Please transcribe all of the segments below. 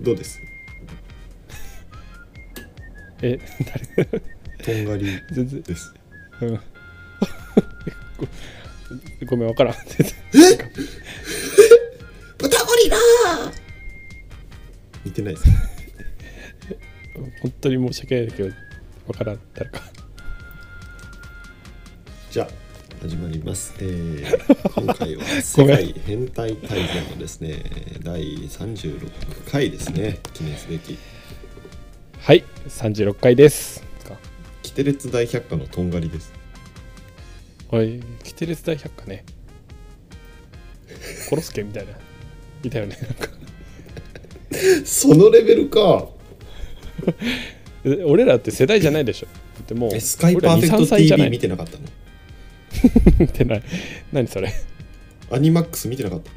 どうですえ 誰とんがり全然ですうんごごめんわからん全然歌ゴリラ似てないですね 本当に申し訳ないけどわからん誰かじゃあ始まります、えー今回は「世界変態大全」のですね第36回ですね記念すべきはい36回です「キテレツ大百科」のとんがりですはいキテレツ大百科ね殺すけみたいないたよねなんかそのレベルかえ俺らって世代じゃないでしょだってもうえスカイ俺パらーフェク2 3ト歳じゃな TV い見てなかったの見てない何それアニマックス見てなかった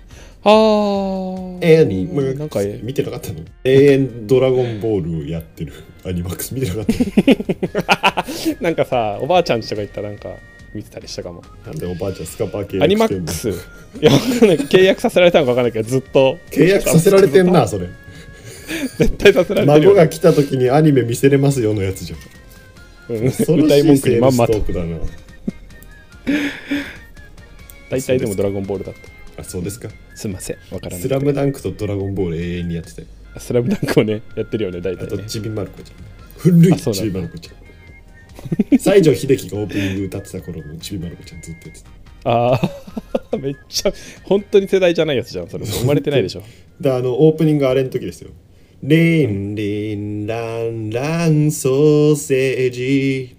あーえアニマックスなんかえ見てなかったの永遠ドラゴンボールをやってるアニマックス見てなかったなんかさおばあちゃんちとか行ったらなんか見てたりしたかもなんでおばあちゃんスカパー契約してんのアニマックスいやわかんない契約させられたのかわかんないけどずっと契約させられてんなそれ絶対させられてる孫よ、が来た時にアニメ見せれますよのやつじゃんうん恐ろ 歌しいい文句セーにルまんスまトとークだな大体でも「ドラゴンボール」だっあそうですかたすいませんわからないスラムダンクとドラゴンボール永遠にやってたよスラムダンクをねやってるよね大あ体とねちびまる子ちゃん古いあそうだちびまる子ちゃん西城秀樹がオープニング歌ってた頃のちびまる子ちゃんずっとやってたああ めっちゃ本当に世代じゃないやつじゃんそれ生まれてないでしょだあのオープニングあれの時ですよ「リンリンランランソーセージ」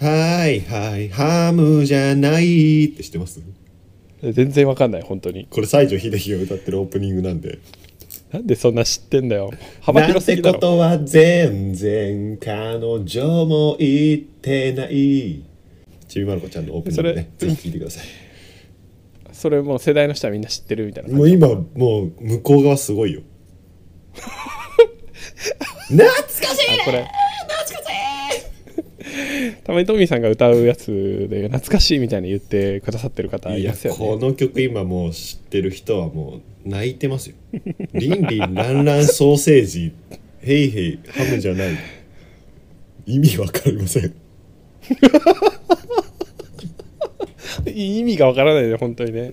はいはいハムじゃないって知ってます全然わかんない本当にこれ西城秀樹が歌ってるオープニングなんでなんでそんな知ってん だよ幅広すぎだなんてろことは全然彼女も言ってないちびまる子ちゃんのオープニングねそぜひ聞いてくださいそれもう世代の人はみんな知ってるみたいなも感うじ今もう向こう側すごいよ 懐かしいあこれ たまにトミーさんが歌うやつで懐かしいみたいに言ってくださってる方いいやますよこねの曲今もう知ってる人はもう泣いてますよ「リンリンランランソーセージ」「ヘイヘイハムじゃない」意味わかりません意味がわからないね本当にね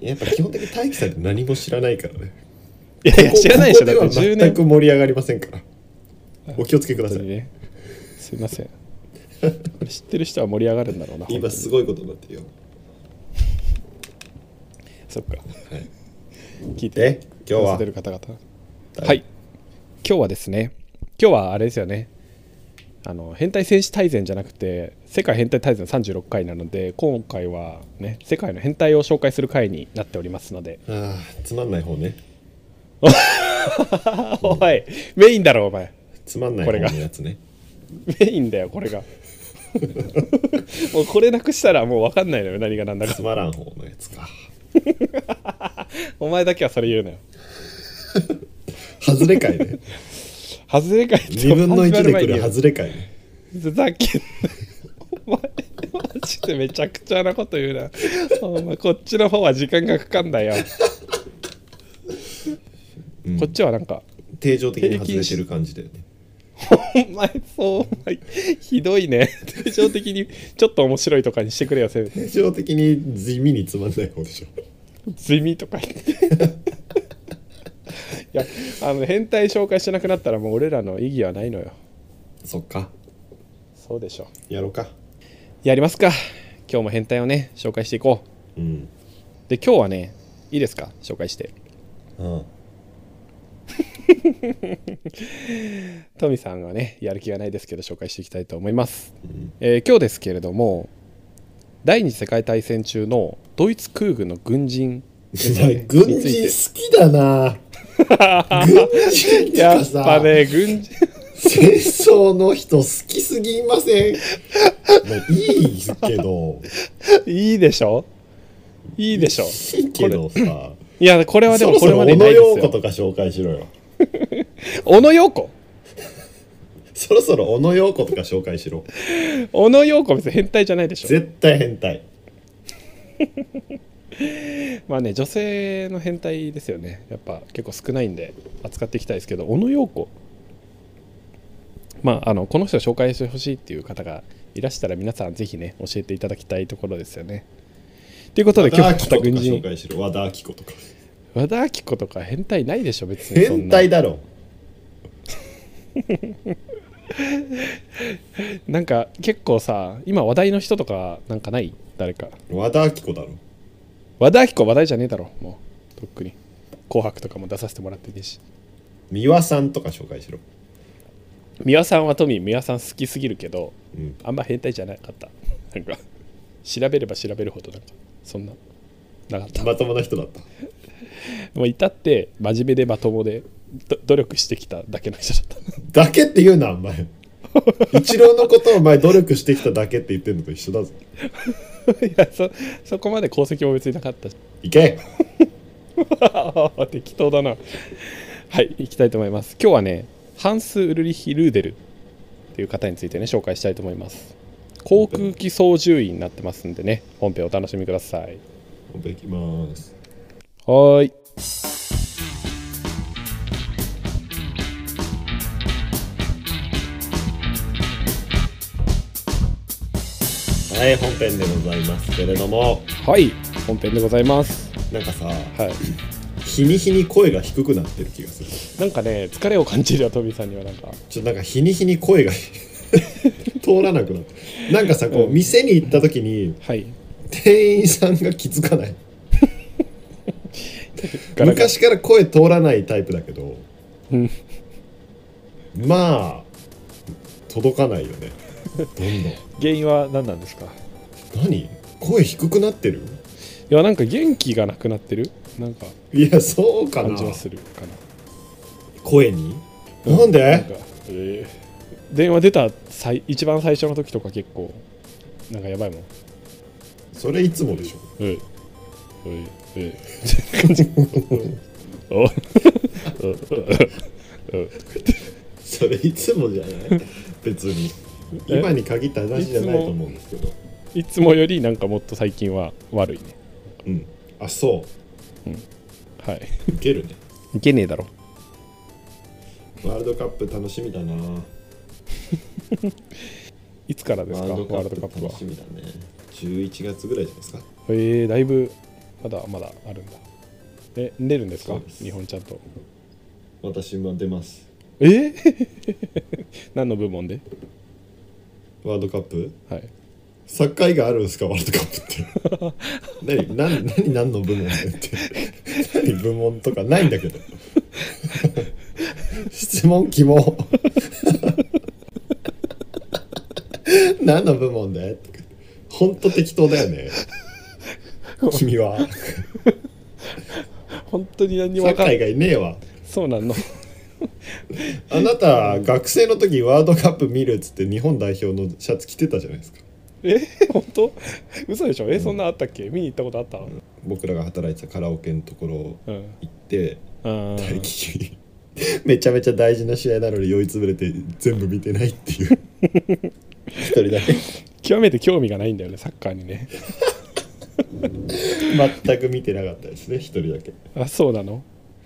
やっぱ基本的に大輝さんって何も知らないからねいやいや知らないでしょだってここでは10全年く盛り上がりませんからお気をつけくださ本当にいねすいませんこれ知ってる人は盛り上がるんだろう今な本当にすごいことになってるよ、そっかはい、聞いてで今日くださはってる方々はい今日はですね今日はあれですよねあの変態戦士大全じゃなくて世界変態大全36回なので今回はね世界の変態を紹介する回になっておりますの であーつまんない方ねおいメインだろお前つまんないこ方れがのやつねメインだよこ れがもうこれなくしたらもう分かんないのよ何が何だかつまらん方のやつかお前だけはそれ言うなよ外れ回ね外れ会って2分の1で来始ま前にる外れ回ねふざけんなお前マジでめちゃくちゃなこと言うなお前こっちの方は時間がかかんだよ、こっちはなんか定常的に外れてる感じだよねお前そうお前ひどいね定常的にちょっと面白いとかにしてくれよせめて定常的に地味につまんない方でしょ地味とか言っていやあの変態紹介しなくなったらもう俺らの意義はないのよそっかそうでしょやろうかやりますか今日も変態をね紹介していこううんで今日はねいいですか紹介してうんトミさんはねやる気がないですけど紹介していきたいと思います、えー今日ですけれども第二次世界大戦中のドイツ空軍の軍人ですね軍人について好きだな軍人ってやかっさぱね軍人戦争の人好きすぎません、まあ、いいけど いいでしょいいでしょいいけどさいやこれはでそもろそこれろま小で野ないです洋子よとか紹介しろよ小野陽子そろそろ小野洋子とか紹介しろ小野陽子別に変態じゃないでしょ絶対変態まあね女性の変態ですよねやっぱ結構少ないんで扱っていきたいですけど小野陽子まああのこの人を紹介してほしいっていう方がいらしたら皆さんぜひね教えていただきたいところですよねということで和今日田アはキ子とか軍紹人介しろ和田アキ子とか和田アキ子とか変態ないでしょ別にそん変な態だろなんか結構さ今話題の人とかなんかない誰か和田アキ子だろ和田アキ子話題じゃねえだろもうとっくに「紅白」とかも出させてもらってるし三輪さんとか紹介しろ美輪さんはトミー美輪さん好きすぎるけどうんあんま変態じゃなかったなんか調べれば調べるほどなんかそんななかったまともな人だったもう至って真面目でまともでど努力してきただけの人だった だけって言うなお前一郎のことをお前努力してきただけって言ってんのと一緒だぞいやそそこまで功績も別になかったし いけ適当だなはい行きたいと思います今日はねハンス・ウルリヒ・ルーデルっていう方についてね紹介したいと思います航空機操縦員になってますんでね本編お楽しみください本編いきますはーい。はい本編でございますけれどもはい。本編でございます。なんかさはい。日に日に声が低くなってる気がするなんかね、疲れを感じるよ、トビーさんにはなんか。ちょっとなんか日に日に声が 通らなくなってなんかさこう店に行った時にはい。店員さんが気づかないガラガラ昔から声通らないタイプだけどうんまあ届かないよねどんどん原因は何なんですかい何声低くなってるや、なんか元気がなくなってるなんかいやそうか感なじはするかな。声になんなんでかえー電話出た最一番最初の時とか結構、なんかやばいもん。それいつもでしょおい、おい、おい。おいおいおいおいそれいつもじゃない別にえ今に限った話じゃないと思うんですけどいつもよりなんかもっと最近は悪いね。うんあそはい。うウケるねいけねえだろ。ワールドカップ楽しみだないつからですか、ワールドカップは楽。しみだね11月ぐらいじゃないですかえー、だいぶまだまだあるんだえ出るんですかそうです日本ちゃんと私も出ますえ ー、何の部門でワールドカップはいサッカー以外あるんですかワールドカップって 何何何何の部門でって何部門とかないんだけ ど質問希望何の部門でとか本当適当だよね君は本当に何にサも分ッカからーない以外ねえわそうなのあなた学生の時ワールドカップ見るっつって日本代表のシャツ着てたじゃないですかえ 本当嘘でしょえそんなあったっけ見に行ったことあったうん僕らが働いてたカラオケのところうん行ってあ大ー気にめちゃめちゃ大事な試合なのに酔いつぶれて全部見てないって いう一人だけ 極めて興味がないんだよねサッカーに ね全く見てなかったですね一人だけあそうなの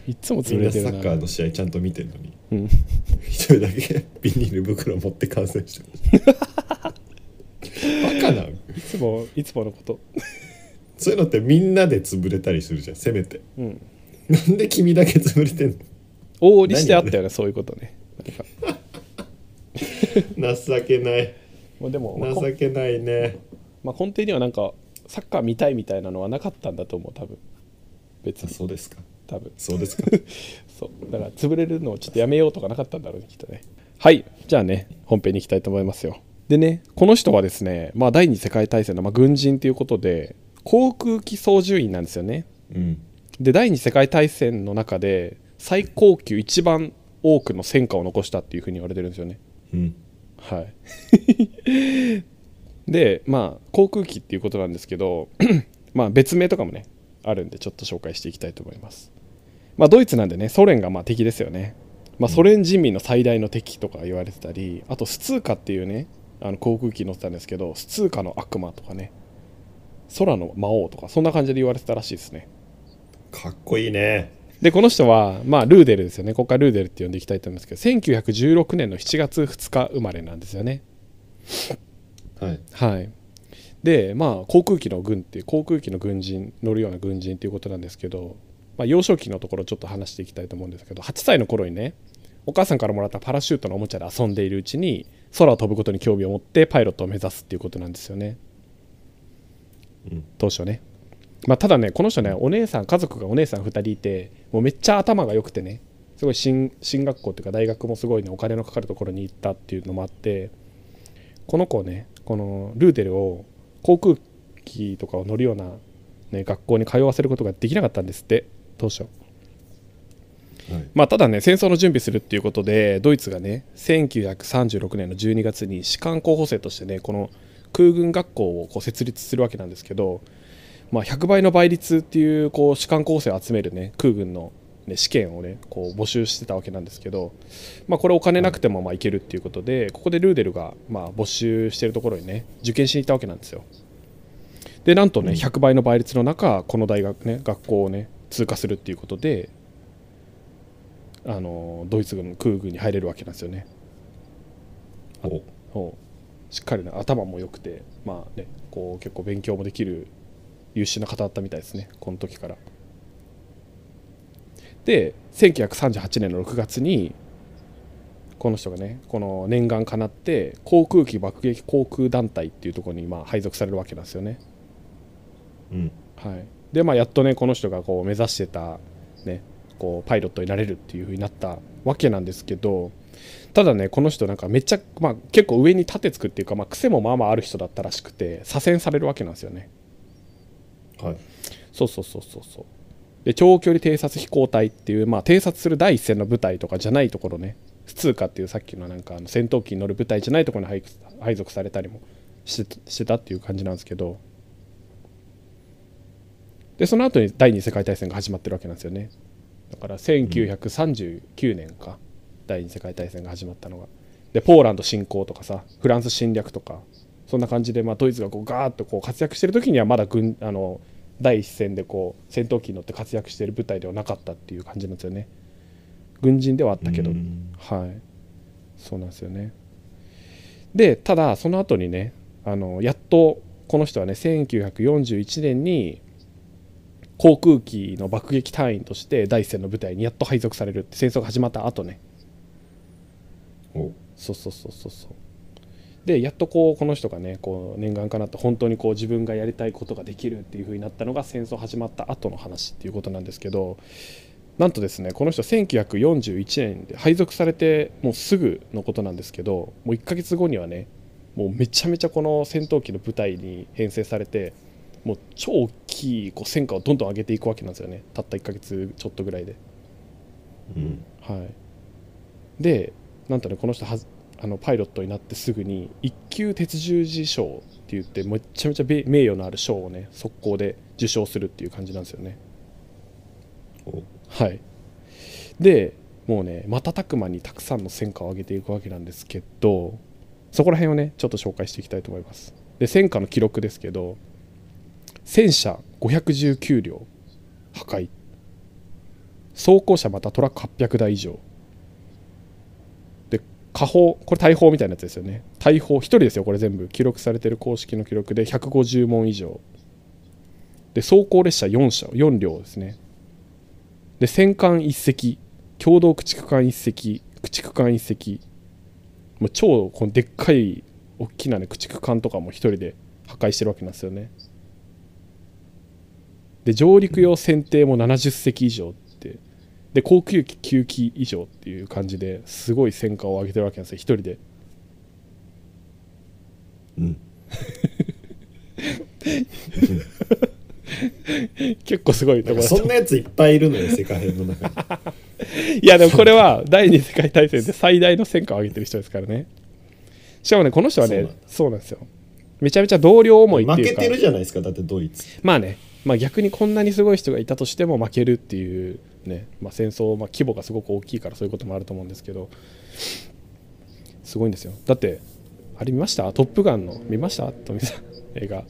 いつもみ潰んなれサてるなッカーの試合ちゃんと見てるのにうん、一人だけビニール袋持って観戦してましたバカないつもいつものことそういうのってみんなで潰れたりするじゃんせめてうんなんで君だけ潰れてんの往々にしてあったよねそういうことねなんか情けないもうでも、まあこん情けないねまあ、根底にはなんかサッカー見たいみたいなのはなかったんだと思う多分別にそうですか多分そう ですかそうだから潰れるのをちょっとやめようとかなかったんだろうねきっとねはいじゃあね本編に行きたいと思いますよでねこの人はですね、まあ、第二次世界大戦の、まあ、軍人ということで航空機操縦員なんですよねうんで第二次世界大戦の中で最高級一番多くの戦果を残したっていうふうに言われてるんですよねうんはい でまあ航空機っていうことなんですけど まあ別名とかもねあるんでちょっと紹介していきたいと思いますまあドイツなんでねソ連がまあ敵ですよね、まあ、ソ連人民の最大の敵とか言われてたりあとスツーカっていうねあの航空機乗ってたんですけどスツーカの悪魔とかね空の魔王とかそんな感じで言われてたらしいですねかっこいいねでこの人は、まあ、ルーデルですよねここからルーデルって呼んでいきたいと思いますけど1916年の7月2日生まれなんですよねはいはいでまあ航空機の軍っていう航空機の軍人乗るような軍人っていうことなんですけど、まあ、幼少期のところちょっと話していきたいと思うんですけど8歳の頃にねお母さんからもらったパラシュートのおもちゃで遊んでいるうちに空を飛ぶことに興味を持ってパイロットを目指すっていうことなんですよねうん当初ね、まあ、ただねこの人ねお姉さん家族がお姉さん2人いてもうめっちゃ頭が良くてねすごい進進学校っていうか大学もすごいねお金のかかるところに行ったっていうのもあってこの子をねこのルーデルを航空機とかを乗るような、ね、学校に通わせることができなかったんですって当初。はいまあ、ただね戦争の準備するっていうことでドイツがね1936年の12月に士官候補生としてねこの空軍学校をこう設立するわけなんですけど、まあ、100倍の倍率っていうこう士官候補生を集めるね空軍の、ね、試験をねこう募集してたわけなんですけど、まあ、これお金なくてもまあいけるっていうことでここでルーデルがまあ募集してるところにね受験しに行ったわけなんですよ。でなんとね100倍の倍率の中この大学ね学校をね通過するっていうことであのドイツ軍の空軍に入れるわけなんですよね。おほうしっかりね頭も良くて、まあね、こう結構勉強もできる優秀な方だったみたいですねこの時から。で1938年の6月にこの人がねこの念願かなって航空機爆撃航空団隊っていうところにまあ配属されるわけなんですよね。うんはい、でまあやっとねこの人がこう目指してた、ね、こうパイロットになれるっていう風になったわけなんですけどただねこの人なんかめっちゃ、まあ、結構上に立てつくっていうか、まあ、癖もまあまあある人だったらしくて左遷されるわけなんですよねはいそうそうそうそうそうで長距離偵察飛行隊っていう、まあ、偵察する第一線の部隊とかじゃないところね普通科っていうさっきのなんかあの戦闘機に乗る部隊じゃないところに配配属されたりもしてしてたっていう感じなんですけどでその後に第二次世界大戦が始まってるわけなんですよねだから1939年か、第二次世界大戦が始まったのがでポーランド侵攻とかさフランス侵略とかそんな感じで、まあ、ドイツがこうガーッとこう活躍してる時にはまだ軍あの第一線でこう戦闘機に乗って活躍してる部隊ではなかったっていう感じなんですよね軍人ではあったけど、うんはいそうなんですよねでただその後にねあのやっとこの人はね1941年に航空機の爆撃隊員として第一線の部隊にやっと配属されるって戦争が始まった後ねおそうそうそうそうそうでやっとこうこの人がねこう念願かなって本当にこう自分がやりたいことができるっていう風になったのが戦争始まった後の話っていうことなんですけどなんとですねこの人1941年で配属されてもうすぐのことなんですけどもう1ヶ月後にはねもうめちゃめちゃこの戦闘機の部隊に編成されてもう超大きいこう戦果をどんどん上げていくわけなんですよねたった1ヶ月ちょっとぐらいで。うんはい、でなんとねこの人はあのパイロットになってすぐに一級鉄十字賞って言ってめちゃめちゃべ名誉のある賞をね速攻で受賞するっていう感じなんですよねおはいでもうね瞬く間にたくさんの戦果を上げていくわけなんですけどそこら辺をねちょっと紹介していきたいと思いますで戦果の記録ですけど戦車519両破壊装甲車またトラック800台以上で火砲これ大砲みたいなやつですよね大砲1人ですよこれ全部記録されてる公式の記録で150門以上で装甲列車4車4両ですねで戦艦1隻共同駆逐艦1隻駆逐艦1隻もう超このでっかい大きなね駆逐艦とかも1人で破壊してるわけなんですよねで上陸用船艇も70隻以上ってで航空機9機以上っていう感じですごい戦果を上げてるわけなんですよ1人でうん 結構すごいとなん思いかますそんなやついっぱいいるのよ世界編の 中にいやでもこれは第二次世界大戦で最大の戦果を上げてる人ですからねしかもねこの人はそうねなんだそうなんですよめちゃめちゃ同僚思いって負いけうかてるじゃないですかだってドイツまあね、まあ、逆にこんなにすごい人がいたとしても負けるっていう、ねまあ、戦争、まあ、規模がすごく大きいからそういうこともあると思うんですけどすごいんですよだってあれ見ました「トップガン」の見ましたとみさん映画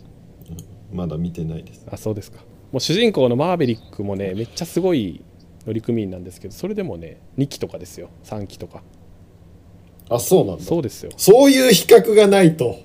まだ見てないですあそうですかもう主人公のマーヴェリックもねめっちゃすごい乗組員なんですけどそれでもね2期とかですよ3期とかあそうなんだそうですよそういう比較がないと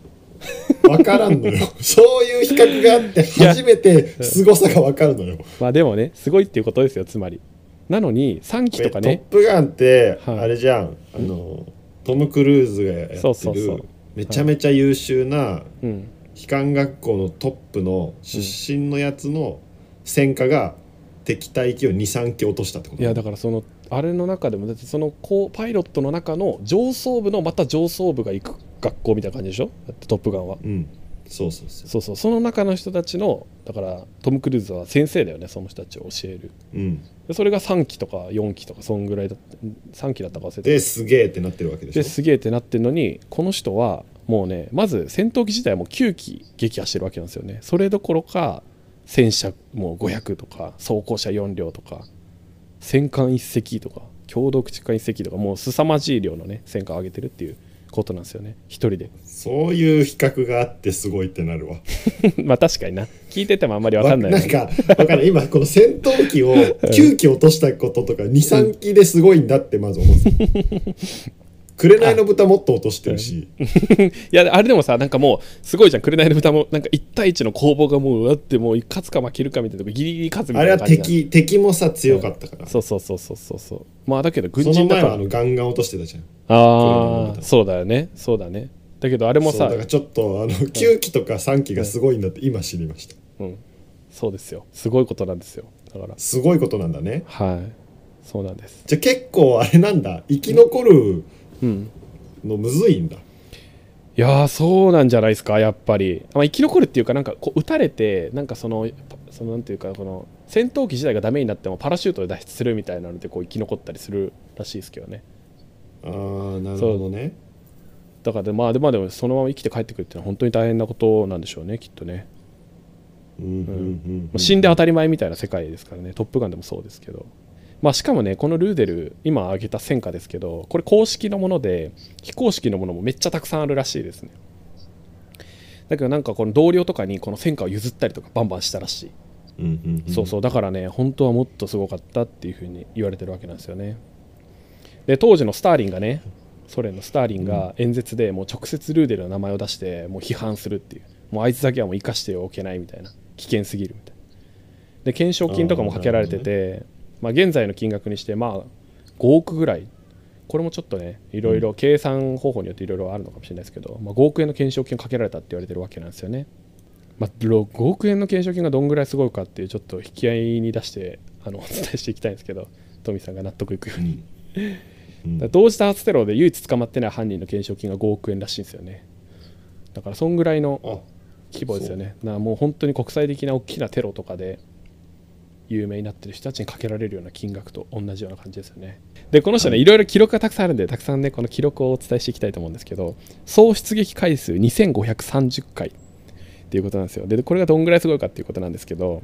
分からんの よそういう比較があっていや初めて凄さが分かるのよ、まあでもねすごいっていうことですよつまりなのに3期えとトかッねプガン」ってはいあれじゃん、あのトム・クルーズがやってるそうそうそうめちゃめちゃ優秀なうん機関学校のトップの出身のやつの戦果が敵対機を23機落としたってこといやだからそのあれの中でもだってそのこうパイロットの中の上層部のまた上層部が行く学校みたいな感じでしょだってトップガンはうんそうそうそうそうそうその中の人たちのだからトム・クルーズは先生だよねその人たちを教えるうんでそれが3期とか4期とかそんぐらいだった3期だったか忘れてですげえってなってるわけでしょですげえってなってるのにこの人はもうねまず戦闘機自体も9機撃破してるわけなんですよねそれどころか戦車もう500とか装甲車4両とか戦艦1隻とか共同駆逐艦1隻とかもう凄まじい量のね戦艦を上げてるっていうことなんですよね一人で そういう比較があってすごいってなるわまあ確かにな聞いててもあんまり分かんないよわねなんかわかんない今この戦闘機を9機落としたこととか23機ですごいんだってまず思ってた紅の豚もっと落としてる しいやあれでもさなんかもうすごいじゃん紅の豚もなんか1対1の攻防がもうだってもう勝つか負けるかみたいなとこギリギリ勝つみたあいれなは感じじゃん敵敵もさ強かったからそそうそうそうそうそうそうまあだけど軍人のだ前かはらあのガンガン落としてたじゃんああそうだよねそうだねだけどあれもそうださからちょっとあの9機とか3機がすごいんだって今知りましたうん、そうですよすごいことなんですよだからすごいことなんだねはいそうなんですじゃあ結構あれなんだ生き残るうんのむずいんだいやーそうなんじゃないですかやっぱり、まあ、生き残るっていうかなんかこう撃たれてなんかそのそのなんていうかこの戦闘機自体がダメになってもパラシュートで脱出するみたいなのでこう生き残ったりするらしいですけどねあーなるほどねだからでまあでまあでもそのまま生きて帰ってくるっていうのは本当に大変なことなんでしょうねきっとね、うんうんうんまあ死んで当たり前みたいな世界ですからね「トップガン」でもそうですけど、まあ、しかもねこのルーデル今挙げた戦果ですけどこれ公式のもので非公式のものもめっちゃたくさんあるらしいですねだけどなんかこの同僚とかにこの戦果を譲ったりとかバンバンしたらしい、うんうんうんそうそうだからね本当はもっとすごかったっていうふうに言われてるわけなんですよねで当時のスターリンがねソ連のスターリンが演説でもう直接ルーデルの名前を出してもう批判するっていうもうあいつだけはもう生かしておけないみたいな危険すぎるみたいなで懸賞金とかもかけられてて、まあ、現在の金額にしてまあ5億ぐらいこれもちょっとねいろいろ計算方法によっていろいろあるのかもしれないですけど、まあ、5億円の懸賞金をかけられたって言われてるわけなんですよね、まあ、ろ5億円の懸賞金がどんぐらいすごいかっていうちょっと引き合いに出してあのお伝えしていきたいんですけどトミーさんが納得いくようにうんだから同時多発テロで唯一捕まってない犯人の懸賞金が5億円らしいんですよねだからそんぐらいのあ規模ですよねなもう本当に国際的な大きなテロとかで有名になってる人たちにかけられるような金額と同じような感じですよねでこの人はね、、いろいろ記録がたくさんあるんでたくさんねこの記録をお伝えしていきたいと思うんですけど総出撃回数2530回っていうことなんですよでこれがどんぐらいすごいかっていうことなんですけど、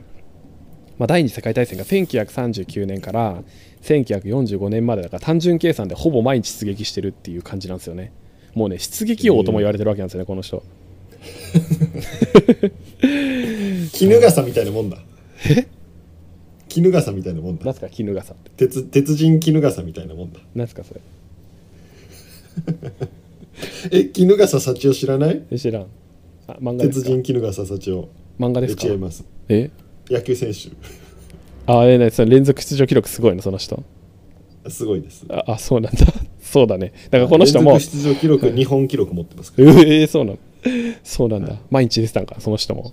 まあ、第二次世界大戦が1939年から1945年までだから単純計算でほぼ毎日出撃してるっていう感じなんですよねもうね出撃王とも言われてるわけなんですよねこの人衣笠みたいなもんだえ衣笠みたいなもん何だすか衣笠って鉄鉄人衣笠みたいなもんだ何すかそれえ衣笠幸男知らないえ知らんあ漫画で鉄すか人衣笠幸男漫画でえすか違いますえ野球選手あえなその連続出場記録すごいのその人すごいですああそうなんだ そうだねだから この人も連続出場記録日本記録持ってますかえー、そうなのそうなんだ、毎日出てたんかその人も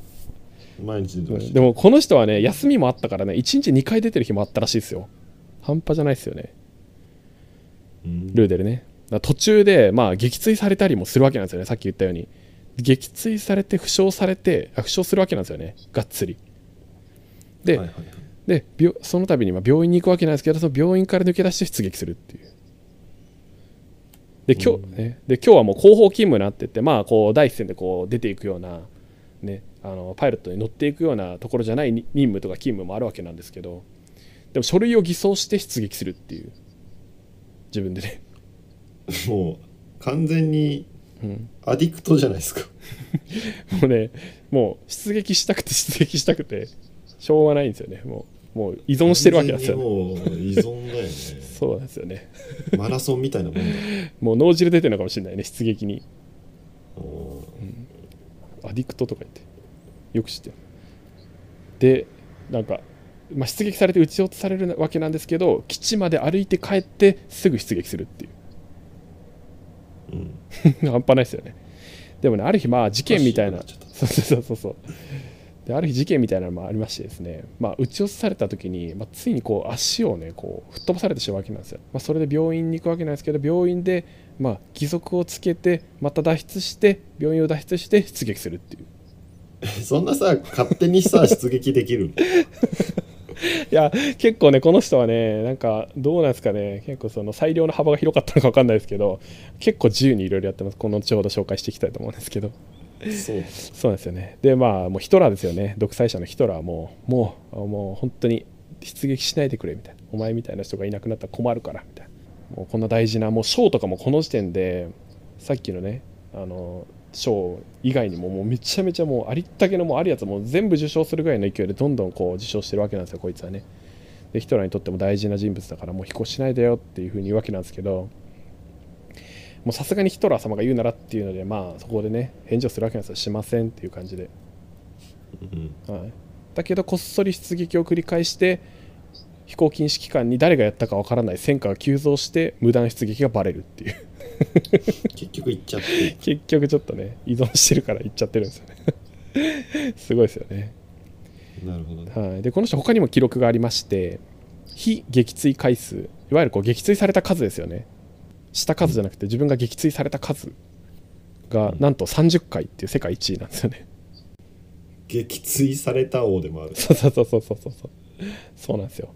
ら毎日出てましでもこの人はね休みもあったからね1日2回出てる日もあったらしいですよ半端じゃないですよねうんルーデルねだから途中でまあ撃墜されたりもするわけなんですよねさっき言ったように撃墜されて負傷されてあ負傷するわけなんですよねがっつりで、はいはいはいで病その度にまあ病院に行くわけなんですけどその病院から抜け出して出撃するっていうで今日、ね、で今日はもう後方勤務になっててまあこう第一線でこう出ていくような、ね、あのパイロットに乗っていくようなところじゃないに任務とか勤務もあるわけなんですけどでも書類を偽装して出撃するっていう自分でねもう完全にうんアディクトじゃないですか もうねもう出撃したくて出撃したくてしょうがないんですよねもうもう依存してるわけなんですよ、ね、完全にもう依存だよねそうなんですよねマラソンみたいなもんだもう脳汁出てるのかもしれないね出撃におーアディクトとか言ってよく知ってるでなんか、まあ、出撃されて撃ち落とされるわけなんですけど基地まで歩いて帰ってすぐ出撃するっていううん、 半端ないですよねでもねある日まあ事件みたいなあそうなっそうそうそうそうである日事件みたいなのもありましてですね、まあ、撃ち落とされた時に、まあ、ついにこう足をねこう吹っ飛ばされてしまうわけなんですよ、まあ、それで病院に行くわけなんですけど病院で、まあ、義足をつけてまた脱出して病院を脱出して出撃するっていうそんなさ勝手にさ出撃できるいや結構ねこの人はねなんかどうなんですかね結構その裁量の幅が広かったのか分かんないですけど結構自由にいろいろやってますこのちょうど紹介していきたいと思うんですけどそうそうなんですよね。で、まあ、もうヒトラーですよね。独裁者のヒトラーはもう、もう、もう本当に出撃しないでくれみたいな。お前みたいな人がいなくなったら困るからみたいな。もうこんな大事な、もう賞とかもこの時点で、さっきのね、あの、賞以外にも、もうめちゃめちゃもうありったけのもうあるやつもう全部受賞するぐらいの勢いでどんどんこう受賞してるわけなんですよ、こいつはね。で、ヒトラーにとっても大事な人物だから、もう飛行しないでよっていうふうに言うわけなんですけど、もうさすがにヒトラー様が言うならっていうので、まあ、そこでね、返事をするわけなんですよ、しませんっていう感じで。うんはい、だけど、こっそり出撃を繰り返して、飛行禁止期間に誰がやったかわからない戦果が急増して、無断出撃がバレるっていう、 結局行っちゃって結局ちょっとね、依存してるから言っちゃってるんですよね。 すごいですよね。なるほどねはい、でこの人他にも記録がありまして非撃墜回数いわゆるこう撃墜された数ですよねした数じゃなくて自分が撃墜された数がうんなんと30回っていう世界1位なんですよね 撃墜された王でもあるそうそうそうそうそうそうそうなんですよ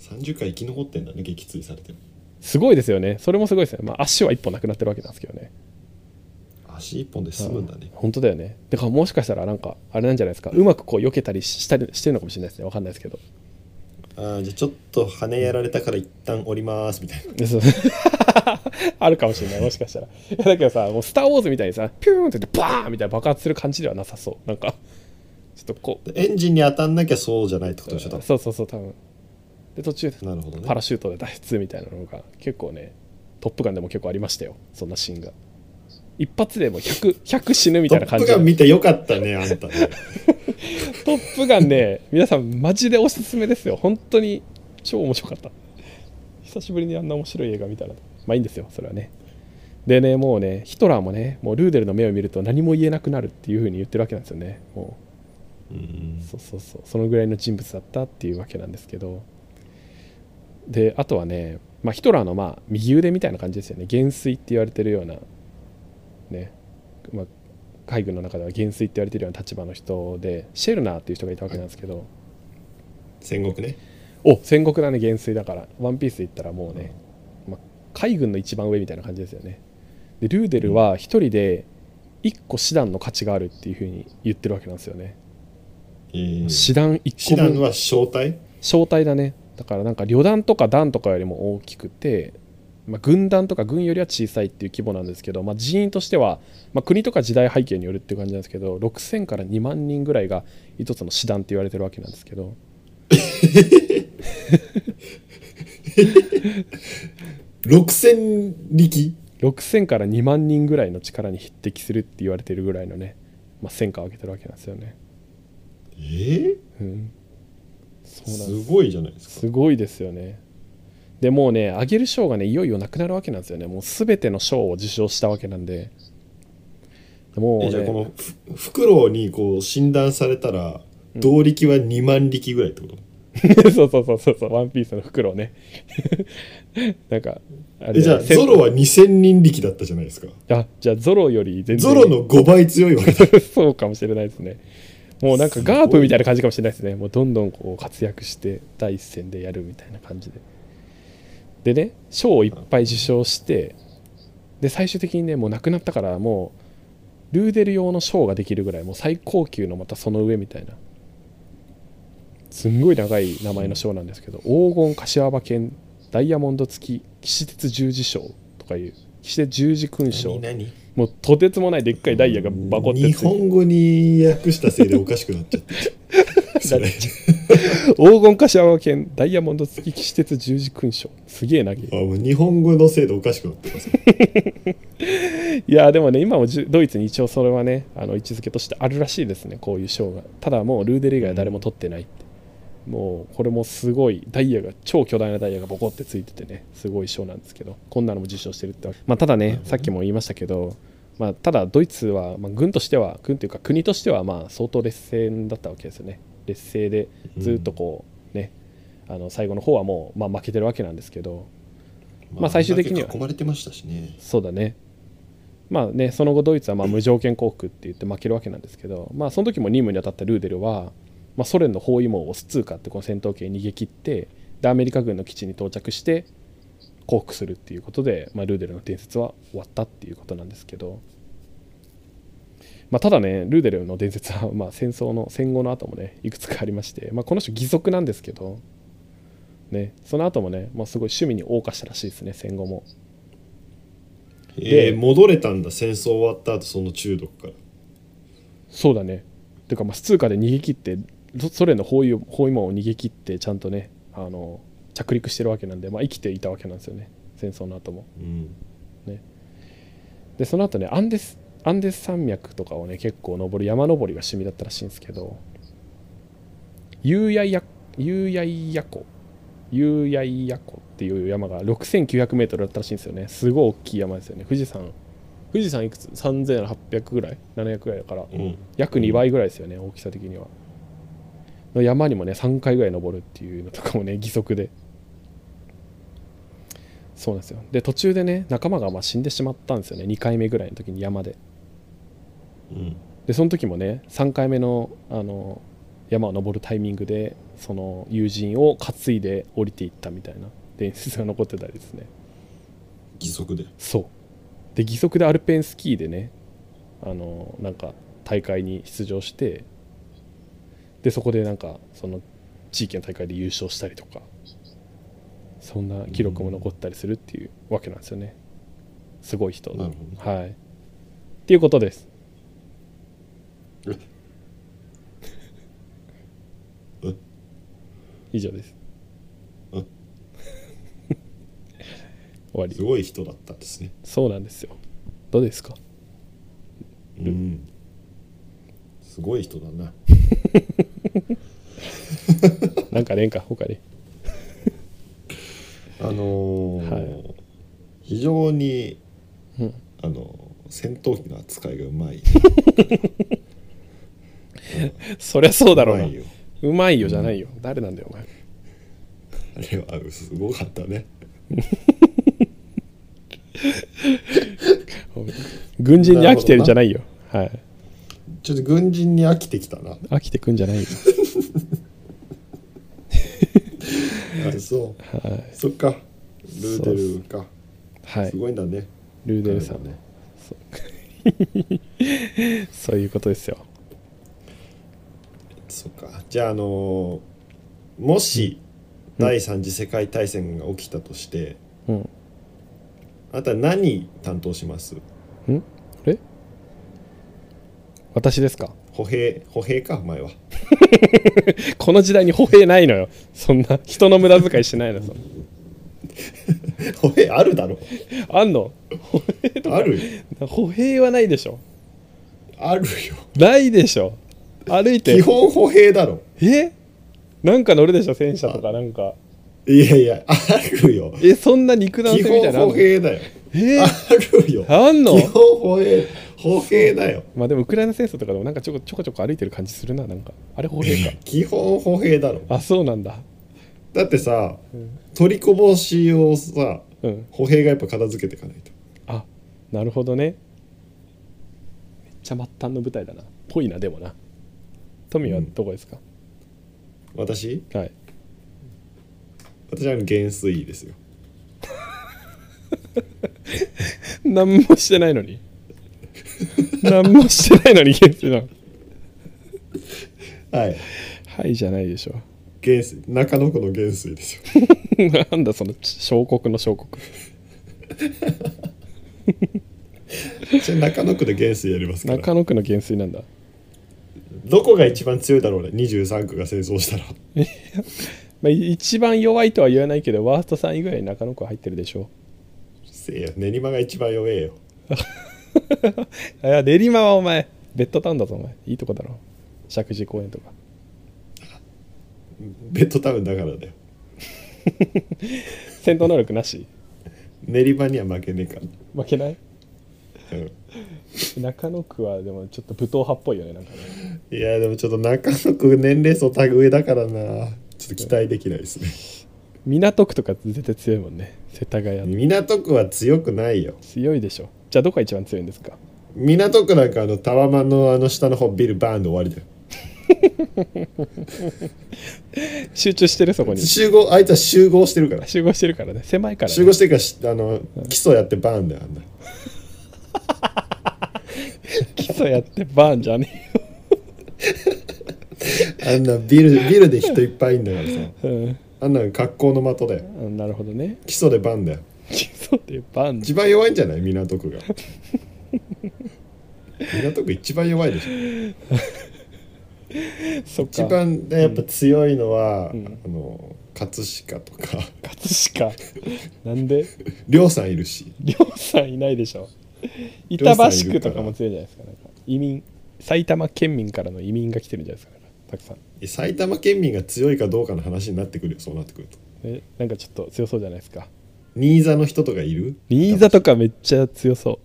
30回生き残ってんだね撃墜されてもすごいですよねそれもすごいですね、まあ、足は1本なくなってるわけなんですけどね足一本で済むんだね本当だよねだからもしかしたらなんかあれなんじゃないですかうまくこう避けたりしたりしてるのかもしれないですねわかんないですけど あーじゃあちょっと羽やられたから一旦降りますみたいなでそうあるかもしれないもしかしたらいやだけどさもう「スター・ウォーズ」みたいにさピューンって言ってバーンみたいな爆発する感じではなさそうなんかちょっとこうエンジンに当たんなきゃそうじゃないってことでしょ多分そうそうそう多分で途中でなるほどねパラシュートで脱出みたいなのが結構ね「トップガン」でも結構ありましたよそんなシーンが一発でもう 100, 100死ぬみトたいなッ感プじガンで見てよかったねあんたねトップガンね皆さんマジでおすすめですよ本当に超面白かった久しぶりにあんな面白い映画見たらまあいいんですよそれはねでねもうねヒトラーもねもうルーデルの目を見ると何も言えなくなるっていう風に言ってるわけなんですよねもうんうそうそうそうそのぐらいの人物だったっていうわけなんですけどであとはね、まあ、ヒトラーのまあ右腕みたいな感じですよね元帥って言われてるようなね、まあ、海軍の中では元帥って言われてるような立場の人でシェルナーっていう人がいたわけなんですけど、戦国ねお戦国だね元帥だからワンピースで言ったらもうね、まあ、海軍の一番上みたいな感じですよねでルーデルは一人で一個師団の価値があるっていうふうに言ってるわけなんですよね、えー師団一師個団分は小隊小隊だねだからなんか旅団とか団とかよりも大きくて、まあ、軍団とか軍よりは小さいっていう規模なんですけど、まあ、人員としては、まあ、国とか時代背景によるっていう感じなんですけど6000から2万人ぐらいが一つの師団って言われてるわけなんですけど6000力6000から2万人ぐらいの力に匹敵するって言われてるぐらいのね、まあ、戦果を上げてるわけなんですよね。えーうん、そうなんですすごいじゃないですかすごいですよね。でもうね上げる賞がねいよいよなくなるわけなんですよねもう全ての賞を受賞したわけなんでもう、ね、えじゃあこのふフクロウにこう診断されたら動力は2万力ぐらいってこと、 そうそうそうそうそうワンピースの袋ね なんかあえじゃあせんゾロは2000人力だったじゃないですかあじゃあゾロより全然ゾロの5倍強いわけだ そうかもしれないですね。もうなんかガープみたいな感じかもしれないですね。もうどんどんこう活躍して第一線でやるみたいな感じで。でね、賞をいっぱい受賞して、で、最終的にね、もう亡くなったから、もう、ルーデル用の賞ができるぐらい、もう最高級のまたその上みたいな。すんごい長い名前の賞なんですけど、黄金柏馬剣ダイヤモンド付き騎士鉄十字賞とかいう、騎士鉄十字勲章。何もうとてつもないでっかいダイヤがバコって日ついて本語に訳したせいでおかしくなっちゃって それ黄金柏県ダイヤモンド付き施設十字勲章すげえなげあもう日本語のせいでおかしくなってますいやーでもね今もじゅドイツに一応それはねあの位置づけとしてあるらしいですねこういう賞がただもうルーデル以外は誰も取ってないってもうこれもすごいダイヤが超巨大なダイヤがボコってついててねすごい賞なんですけどこんなのも受賞してるってわけまあただねさっきも言いましたけどまあただドイツは、まあ、軍としては軍というか国としてはまあ相当劣勢だったわけですよね劣勢でずっとこうね、あの最後の方はもう、まあ、負けてるわけなんですけどまあ最終的にあんはだけ囲まれてましたしねそうだね。まあね、その後ドイツはまあ無条件降伏って言って負けるわけなんですけど、まあ、その時も任務に当たったルーデルは、まあ、ソ連の包囲網をス通過ってこの戦闘機に逃げ切ってでアメリカ軍の基地に到着して降伏するっていうことで、まあ、ルーデルの伝説は終わったっていうことなんですけど、まあ、ただねルーデルの伝説はまあ戦争の戦後の後もねいくつかありまして、まあ、この人義足なんですけど、ね、その後もね、まあ、すごい趣味に謳歌したらしいですね戦後も。えー戻れたんだ戦争終わった後その中毒からそうだね。てかまあ、通貨で逃げ切って、ソソ連の包囲を包囲網を逃げ切って、ちゃんとね、あの着陸してるわけなんで、まあ、生きていたわけなんですよね、戦争の後も。うんで、その後ね、アンデスアンデス山脈とかをね、結構登る、山登りが趣味だったらしいんですけど、ユーヤイヤユーヤイヤ湖、ユーヤイヤ湖っていう山が6900メートルだったらしいんですよね、すごい大きい山ですよね、富士山、富士山いくつ ?3800 ぐらい ?700 ぐらいだから。うん約2倍ぐらいですよね大きさ的にはの山にもね3回ぐらい登るっていうのとかもね義 足でそうなんですよで途中でね仲間がまあ死んでしまったんですよね2回目ぐらいの時に山でうんでその時もね3回目のあの山を登るタイミングでその友人を担いで降りていったみたいな伝説が残ってたりですね義足でそうで義足でアルペンスキーでねあのなんか大会に出場してでそこでなんかその地域の大会で優勝したりとかそんな記録も残ったりするっていうわけなんですよねすごい人なるほはいっていうことですええ以上です え終わりすごい人だったんですねそうなんですよどうですか うんすごい人だななんかねえんか他にあのーは非常に、うんあのー戦闘機の扱いがうまいそりゃそうだろうなまいようまいよじゃないよ、誰なんだよお前あれはすごかったね軍人に飽きてるんじゃないよはいちょっと軍人に飽きてきたな飽きてくんじゃないよあそうはい、そっかルーデルかはいす、ごいんだねルーデルさんねそうそういうことですよそっかじゃああのーもしうん第三次世界大戦が起きたとして、うんあなたは何担当しますんあれ私ですか歩兵歩兵か前は この時代に歩兵ないのよそんな人の無駄遣いしないのそんな歩兵あるだろあんのあるよ歩兵はないでしょあるよないでしょ歩いて基本歩兵だろえなんか乗るでしょ戦車とかなんかいやいやあるよえそんな肉弾基戦み本たいなのあん歩の兵だよえあるよあんの基本歩兵歩兵だよまあでもウクライナ戦争とかでもなんかちょこちょこちょこ歩いてる感じするななんかあれ歩兵か基本歩兵だろあそうなんだだってさ取りこぼしをさうん歩兵がやっぱ片付けていかないとあなるほどねめっちゃ末端の舞台だなぽいなでもなトミーはどこですか、私はい 私は減衰ですよ何もしてないのに 何もしてないのにゲームするのはいはいじゃないで しょ減衰中野区の減衰ですよなんだその小国の小国じゃあ中野区で元帥やりますから中野区の減衰なんだどこが一番強いだろうね23区が製造したらまあ、い一番弱いとは言わないけどワースト3位ぐらいに中野区は入ってるでしょせや練馬が一番弱えよいや練馬はお前ベッドタウンだぞお前いいとこだろ石神井公園とかベッドタウンだからだよ戦闘能力なし練馬には負けねえから 負けないうん中野区はでもちょっと武闘派っぽいよねなんかねいやでもちょっと中野区年齢層タグ上だからなちょっと期待できないですね港区とか絶対強いもんね世田谷港区は強くないよ強いでしょじゃあどこが一番強いんですか港区なんかあのタワマンのあの下の方ビルバーンで終わりだよ集中してるそこに集合あいつは集合してるから集合してるからね狭いから、ね、集合してるからしあの基礎やってバーンだよあんな基礎やってバーンじゃねあんなビルビルで人いっぱいいんだからさえよ、あんなの格好の的だようん、なるほどね基礎でバンだよ基礎でバーン一番弱いんじゃない港区が港区一番弱いでしょそっか一番ねやっぱ強いのは、あの葛飾とか葛飾なんで亮さんいるしりょうさんいないでしょょう板さんい橋る区からとかも強いじゃないですかなんか移民埼玉県民からの移民が来てるんじゃないですかなんかたくさん埼玉県民が強いかどうかの話になってくるよそうなってくるとえなんかちょっと強そうじゃないですか新座の人とかいる新座とかめっちゃ強そ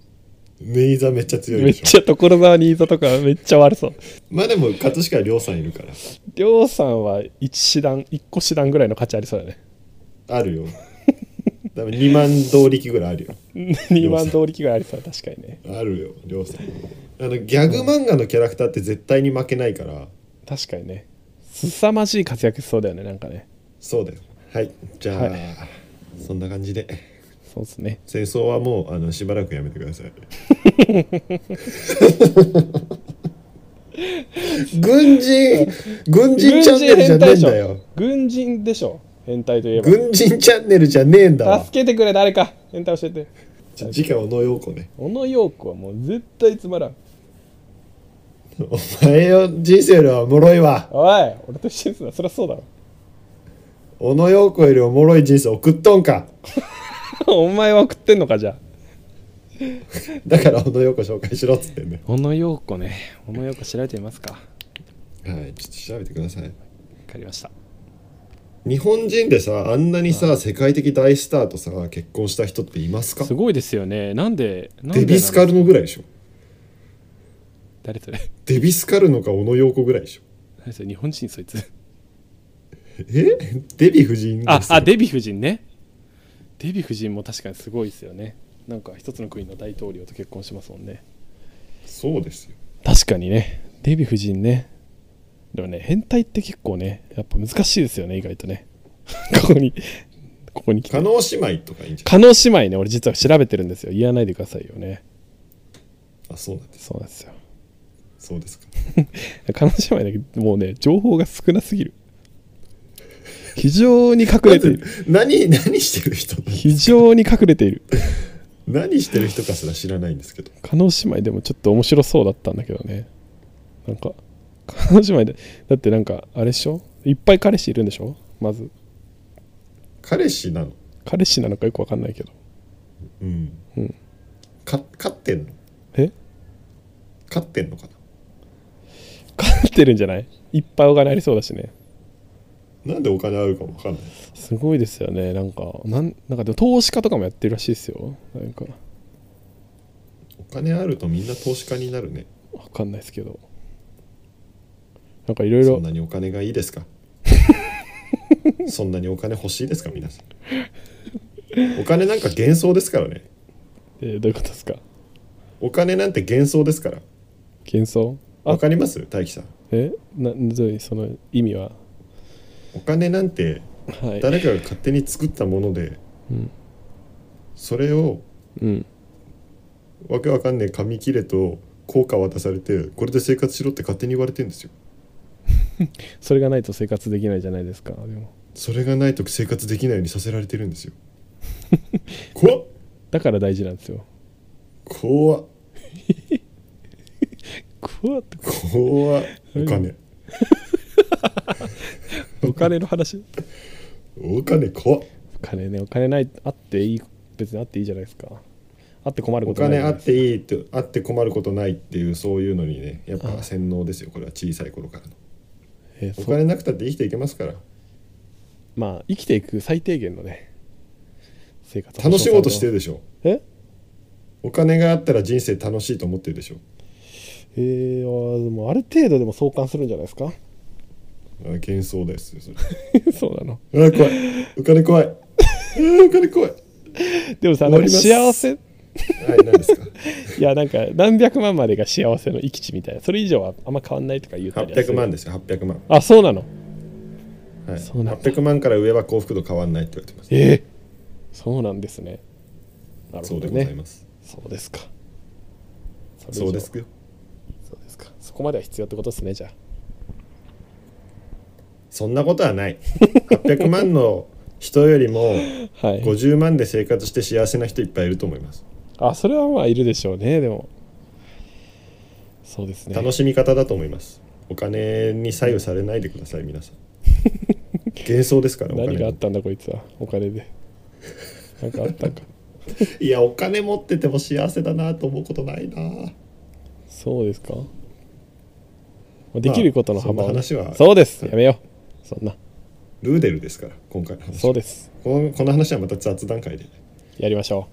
新座めっちゃう強いでめっしょちゃ所沢新座とかめっちゃ悪そうまあでも葛飾は亮さんいるからりょうさんは一師団一個師団ぐらいの価値ありそうだ ねあるよ多分2万動力ぐらいあるよ2万通力がありそう確かにねあるよ亮さんあのギャグ漫画のキャラクターって絶対に負けないから確かにね凄まじい活躍しそうだよねなんかねそうだよはいじゃあ、はいそんな感じでそうですね戦争はもうあのしばらくやめてくださ い軍人軍人チャンネルじゃねえんだよ軍人でしょ変態といえば軍人チャンネルじゃねえんだわ助けてくれ誰か変態教えてちょ次回小野陽子ね小野陽子はもう絶対つまらんお前よ人生よりはおもろいわおい俺と一緒にすなそりゃそうだろ 小野陽子よりおもろい人生送っとんかお前は食ってんのかじゃあだから小野陽子紹介しろっつってんね小野陽子ね小野陽子調べてみますかわはいちょっと調べてくださいかりました日本人でさあんなにさ世界的大スターとさ結婚した人っていますかすごいですよねなんでなんでデビスカルノぐらいでしょ誰それデビスカルノか小野陽子ぐらいでしょ誰それ日本人そいつえデヴィ夫人あですよあデヴィ夫人ねデヴィ夫人も確かにすごいですよねなんか一つの国の大統領と結婚しますもんねそうですよ確かにねデヴィ夫人ねでもね変態って結構ねやっぱ難しいですよね意外とね ここにここに来て加納姉妹とかいいんじゃ加納姉妹ね俺実は調べてるんですよ言わないでくださいよねないあそうなんですそうなんですよそうですか加納姉妹だけどもうね情報が少なすぎる非常に隠れている何何してる人非常に隠れている何してる人かすら知らないんですけど加納姉妹でもちょっと面白そうだったんだけどねなんか加納姉妹でだってなんかあれでしょいっぱい彼氏いるんでしょまず彼氏なの彼氏なのかよくわかんないけどうん、うんか飼ってんのえ飼ってんのか飼ってるんじゃないいっぱいお金ありそうだしねななんでお金あるかもわかんないすごいですよねなんかなんなんかでも投資家とかもやってるらしいですよなんかお金あるとみんな投資家になるねわかんないですけどなんかいろいそろんなにお金がいいです かそんなにお金欲しいですか皆さんお金なんか幻想ですからねえーどういうことですかお金なんて幻想ですから幻想わあかります大樹さんえなどういうその意味はお金なんてはい誰かが勝手に作ったもので、うんそれをうんわけわかんねえ紙切れと効果渡されてこれで生活しろって勝手に言われてんですよそれがないと生活できないじゃないですかでもそれがないと生活できないようにさせられてるん ですよ怖っだから大事なんですよ怖っ怖っ怖っお金お金の話お金怖っお金ねお金ないあっていい別にあっていいじゃないですかあって困るおことない金じゃなあいでっすていいってあって困ることないっていうそういうのにねやっぱ洗脳ですよこれは小さい頃からのえーおそう金なくたって生きていけますからまあ生きていく最低限のね生活楽しもうとしてるでしょえお金があったら人生楽しいと思ってるでしょえー、あーでもある程度でも相関するんじゃないですかあ幻想ですよそ そうなのれあ怖いお金怖いあお金怖いでもさ終なわんりかます幸せはい何 ですかいやなんか何百万までが幸せの域値みたいなそれ以上はあんま変わんないとか言ったりはす800る万ですよ800万、あそうなのはい、そうなんだ800万から上は幸福度変わんないって言われてますええそうなんですねなるそほうでどございねますそうですかそれ以上そうですよそうですかそこまでは必要ってことですねじゃあそんなことは ない800万の人よりもはい50万で生活して幸せな人いっぱいいると思いますあそれはまあいるでしょうねでもそうですね楽しみ方だと思いますお金に左右されないでください 皆さん幻想ですからお金何があもったんだこいつはお金でなんかあったんかいやお金持ってても幸せだなと思うことないなそうですかまあできることの幅をね、まあそんな話はそうですやめようそんなルーデルですから今回の話はそうですこのこの話はまた雑談会でやりましょ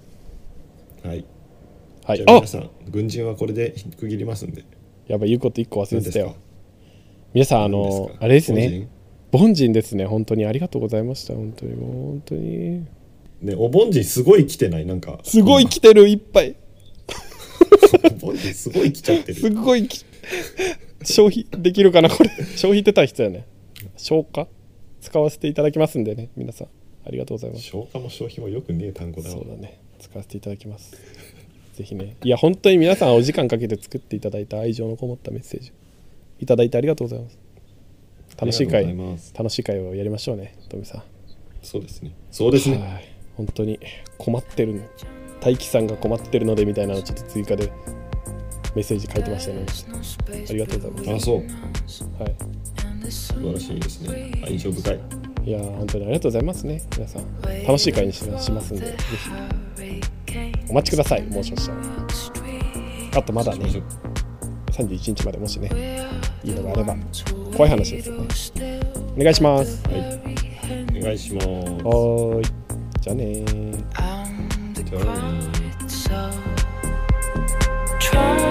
はい、うはいじゃああ皆さん軍人はこれで区切りますんでやばい言うこと一個忘れ何でてたすよか皆さんあ何のかあれです個ね人凡人ですね本当にありがとうございました本当にもう本当にねお盆人すごい来てないなんかすごい来てるいっぱい お盆人すごい来ちゃってするごいき消費できるかなこれ消費ってた人やね消化使わせていただきますんでね皆さんありがとうございます消化も消費もよくねえ単語だなそうだね使わせていただきますぜひねいや本当に皆さんお時間かけて作っていただいた愛情のこもったメッセージいただいてありがとうございます楽しいありが会とうございます楽しい会をやりましょうねトミさんそうですねそうですねはい本当に困ってるの大輝さんが困ってるのでみたいなのをちょっと追加でメッセージ書いてましたねありがとうございますあそうはい素晴らしいですね愛情深いいやー本当にありがとうございますね皆さん楽しい会にししますんでぜひお待ちくださいもう少々あとまだね31日までもしねいいのがあれば怖い話ですよねお願いしますはいお願いしますはーいじゃあねーじゃあね Try